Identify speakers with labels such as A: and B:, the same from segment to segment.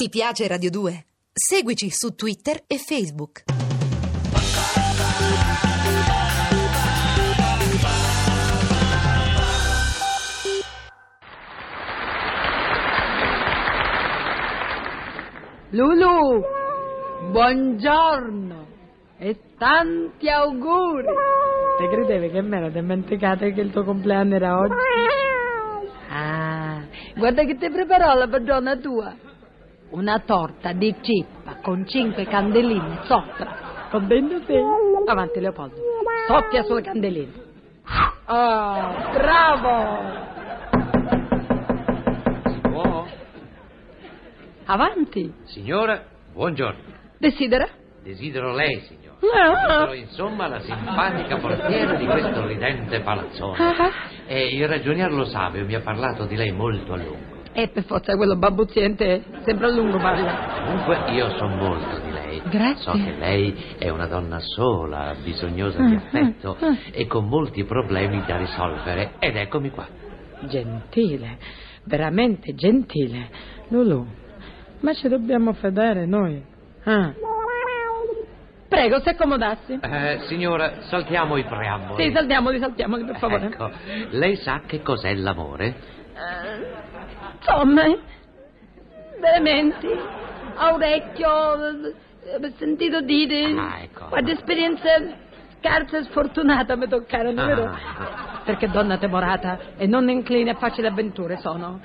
A: Ti piace Radio 2? Seguici su Twitter e Facebook.
B: Lulu, buongiorno e tanti auguri. Te credevi che mi ero dimenticata che il tuo compleanno era oggi? Ah, guarda che ti preparò la padrona tua. Una torta di cippa con cinque candeline sopra. Con dentro te. Avanti Leopoldo. Soffia sulle candeline. Oh, bravo!
C: Si può?
B: Avanti.
C: Signora, buongiorno.
B: Desidera?
C: Desidero lei, signora. Desidero,
B: Ah,
C: insomma, la simpatica portiera di questo ridente palazzone.
B: ah.
C: E il ragionier lo Savio mi ha parlato di lei molto a lungo.
B: Eh, per forza, quello babbuzziente sempre a lungo parla.
C: Comunque, io so molto di lei.
B: Grazie.
C: So che lei è una donna sola,
B: Ah,
C: bisognosa di affetto e con molti problemi da risolvere. Ed eccomi qua.
B: Gentile, veramente gentile. Lulu, ma ci dobbiamo fedare noi. Ah. Prego, se accomodassi.
C: Eh, signora, saltiamo i preamboli.
B: Sì, saltiamoli, saltiamoli, per favore.
C: Ecco, lei sa che cos'è l'amore?
B: Insomma, eh? veramente, a orecchio, eh, ho sentito dire.
C: Ah, ecco.
B: Quante esperienze scarsa e sfortunata mi toccarono,
C: Ah.
B: vero? Perché donna temorata e non incline a facili avventure sono.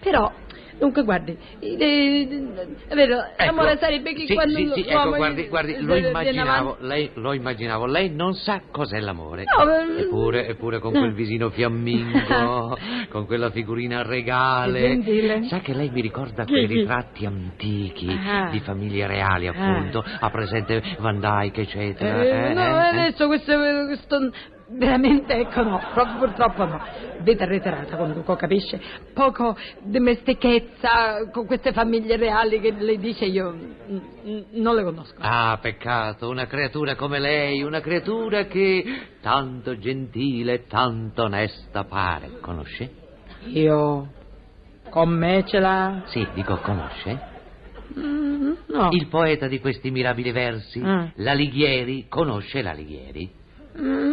B: Però, dunque, guardi, eh, è vero, l'amore sarebbe che
C: Ecco. sì,
B: quando
C: sì, sì,
B: l'uomo
C: ecco, guardi, guardi, lo
B: viene avanti-
C: immaginavo, lei, lo immaginavo, lei non sa cos'è l'amore.
B: No, eh,
C: eppure, eppure con quel visino fiammingo, con quella figurina regale.
B: Che gentile.
C: Sa che lei mi ricorda
B: Chi,
C: quei
B: chi?
C: ritratti antichi
B: Ah.
C: di famiglie reali,
B: Ah.
C: appunto, a presente Van Dyke, eccetera.
B: Eh,
C: eh,
B: no,
C: eh, eh.
B: adesso questo, questo veramente, ecco no, proprio purtroppo no. Vita reiterata, conduco, capisce? Poco dimestichezza con queste famiglie reali che lei dice io mm, mm, non le conosco.
C: Ah, peccato, una creatura come lei, una creatura che tanto gentile, e tanto onesta pare. Conosce?
B: Io con me ce la...
C: Sì, dico conosce.
B: Mm, no.
C: Il poeta di questi mirabili versi,
B: Ah.
C: L'alighieri, conosce l'Alighieri?
B: Mm,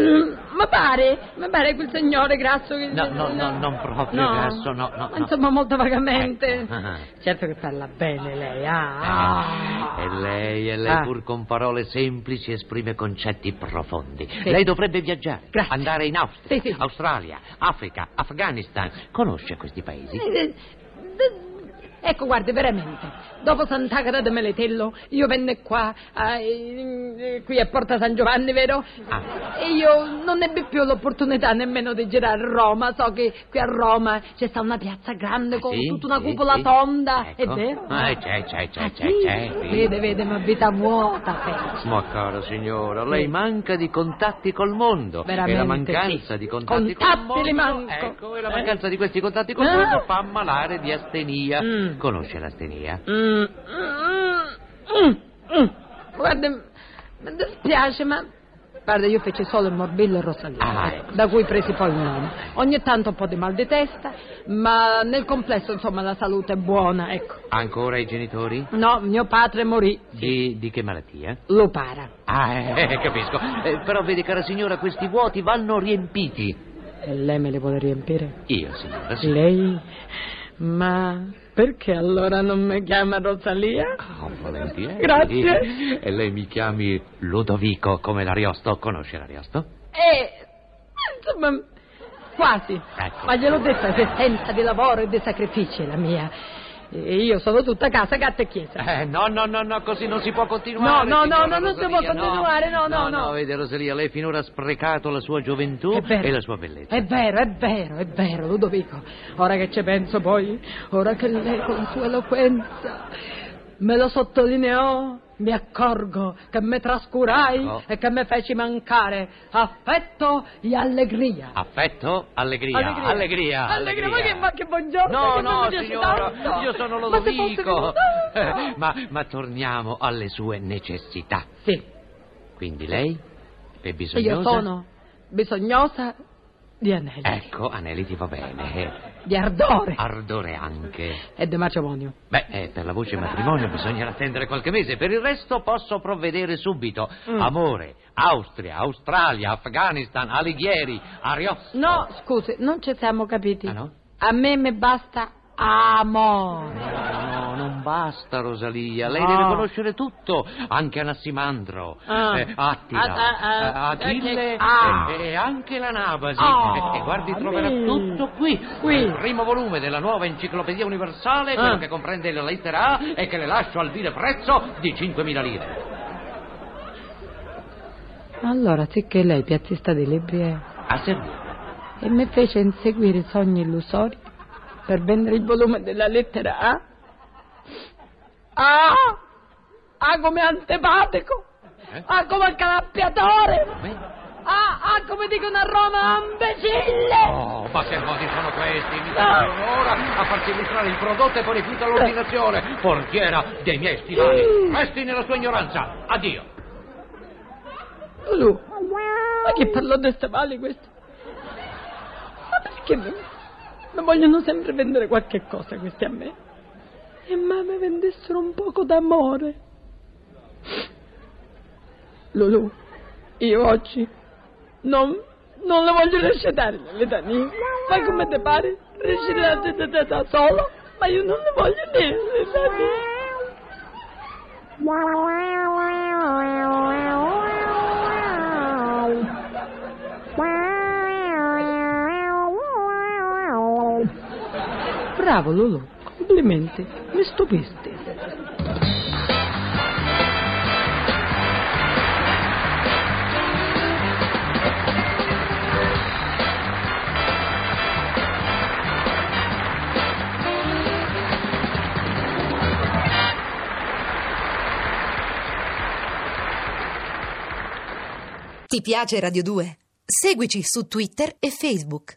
B: mm, ma pare, ma pare quel signore grasso che...
C: No, no, no, non proprio grasso, no, no,
B: Ma
C: no.
B: Insomma, molto vagamente.
C: Ecco, ah.
B: Certo che parla bene lei, ah.
C: Ah, E lei, e lei
B: Ah.
C: pur con parole semplici esprime concetti profondi.
B: Sì.
C: Lei dovrebbe viaggiare,
B: Grazie.
C: andare in Austria,
B: Sì, sì.
C: Australia, Africa, Afghanistan. Conosce questi paesi?
B: Eh, eh, Ecco, guardi, veramente, dopo Sant'Agata de Meletello, io venne qua, a- eh, qui a Porta San Giovanni, vero?
C: Ah.
B: E io non ebbi più l'opportunità nemmeno di girare a Roma, so che qui a Roma c'è sta una piazza grande con
C: Ah, Sì,
B: tutta una
C: sì,
B: cupola
C: sì.
B: tonda,
C: Ecco.
B: è vero?
C: Ah, c'è, c'è, c'è,
B: Ah,
C: c'è,
B: sì?
C: c'è, sì.
B: Vede, vede, ma vita vuota, penso.
C: Ma cara signora, lei manca di contatti col mondo. e
B: Veramente,
C: la mancanza
B: sì.
C: di contatti,
B: Contatti
C: col mondo.
B: li manco.
C: Ecco, e
B: Eh.
C: la mancanza di questi contatti col
B: Ah.
C: mondo fa ammalare di astenia.
B: Mm.
C: Conosce l'astenia?
B: Mm, mm, mm, mm. Guarda, mi dispiace, ma. Guarda, io feci solo il morbillo e rosalino,
C: Ah, ecco.
B: da cui presi poi il nome. Ogni tanto un po' di mal di testa, ma nel complesso, insomma, la salute è buona, ecco.
C: Ancora i genitori?
B: No, mio padre morì,
C: Di, di che malattia?
B: lo para.
C: Ah, eh, capisco. Eh, però vede, cara signora, questi vuoti vanno riempiti.
B: E lei me le vuole riempire?
C: Io, signora, sì.
B: Lei? Ma perché allora non mi chiama Rosalia?
C: Ah, volentieri.
B: Grazie.
C: E lei mi chiami Ludovico come l'Ariosto. Conosce l'Ariosto?
B: Eh, insomma, quasi.
C: Ecco.
B: Ma gliel'ho detta, è senza di lavoro e di sacrifici la mia. E io sono tutta casa, gatta e chiesa.
C: Eh, no, no, no, no, così non si può continuare.
B: No, no,
C: signora
B: no, no, non si
C: Rosalia,
B: può continuare, no, no,
C: no.
B: no.
C: vede, Rosalia, lei finora ha sprecato la sua gioventù
B: È vero.
C: e la sua bellezza.
B: È vero, è vero, è vero, Ludovico. Ora che ci penso poi, ora che lei con la sua eloquenza me lo sottolineò, mi accorgo che me trascurai
C: Ecco.
B: e che me feci mancare affetto e allegria.
C: Affetto, allegria, allegria, allegria.
B: Allegria, ma che, ma che buongiorno!
C: No,
B: che mi
C: no,
B: piace
C: signora,
B: tanto.
C: io sono
B: Ma se fosse
C: Lodovico.
B: venuto-
C: Eh, ma, ma torniamo alle sue necessità.
B: Sì,
C: Quindi lei è
B: io
C: bisognosa?
B: sono bisognosa di anelli.
C: Eh. Ecco, Aneliti va bene.
B: di ardore.
C: Ardore anche.
B: E de matrimonio.
C: Beh, eh, per la voce matrimonio bisognerà attendere qualche mese, per il resto posso provvedere subito.
B: Mm.
C: Amore, Austria, Australia, Afghanistan, Alighieri, Ariosto.
B: No, scusi, non ci siamo capiti.
C: Ah, no?
B: A me mi basta amore.
C: No, non basta, Rosalia. Lei
B: No.
C: deve conoscere tutto, anche Anassimandro,
B: Ah.
C: eh, Attila,
B: Ah, ah, ah,
C: eh, Achille
B: ok. Ah.
C: e, e anche la Nabasi.
B: Ah,
C: e, e guardi, troverà
B: sì.
C: tutto qui.
B: Qui.
C: Nel primo volume della nuova enciclopedia universale,
B: Ah.
C: quello che comprende la lettera A e che le lascio al vile prezzo di 5.000 lire.
B: Allora, sicché lei piazzista dei libri eh? è
C: A servire.
B: e mi fece inseguire sogni illusori per vendere il volume della lettera A. A! A come antipatico!
C: Eh?
B: A come calappiatore!
C: Beh,
B: A, A come dicono a Roma, imbecille!
C: Oh, ma che modi sono questi? Mi
B: Ah.
C: stanno ora a farsi illustrare il prodotto e poi rifiuta
B: Ah.
C: l'ordinazione. Portiera dei miei stivali.
B: Mm.
C: Resti nella sua ignoranza. Addio.
B: Lulu, ma che parlò di stivali questo? Ma perché mi, mi vogliono sempre vendere qualche cosa questi a me? E ma mi vendessero un poco d'amore. Lulu, io oggi non, non le voglio recitare le litanie. Ma come te pare? Recitate da, da, da solo, ma io non le voglio dire le litanie. Bravo Lulu, complimenti, mi stupisti.
A: Ti piace Radio 2? Seguici su Twitter e Facebook.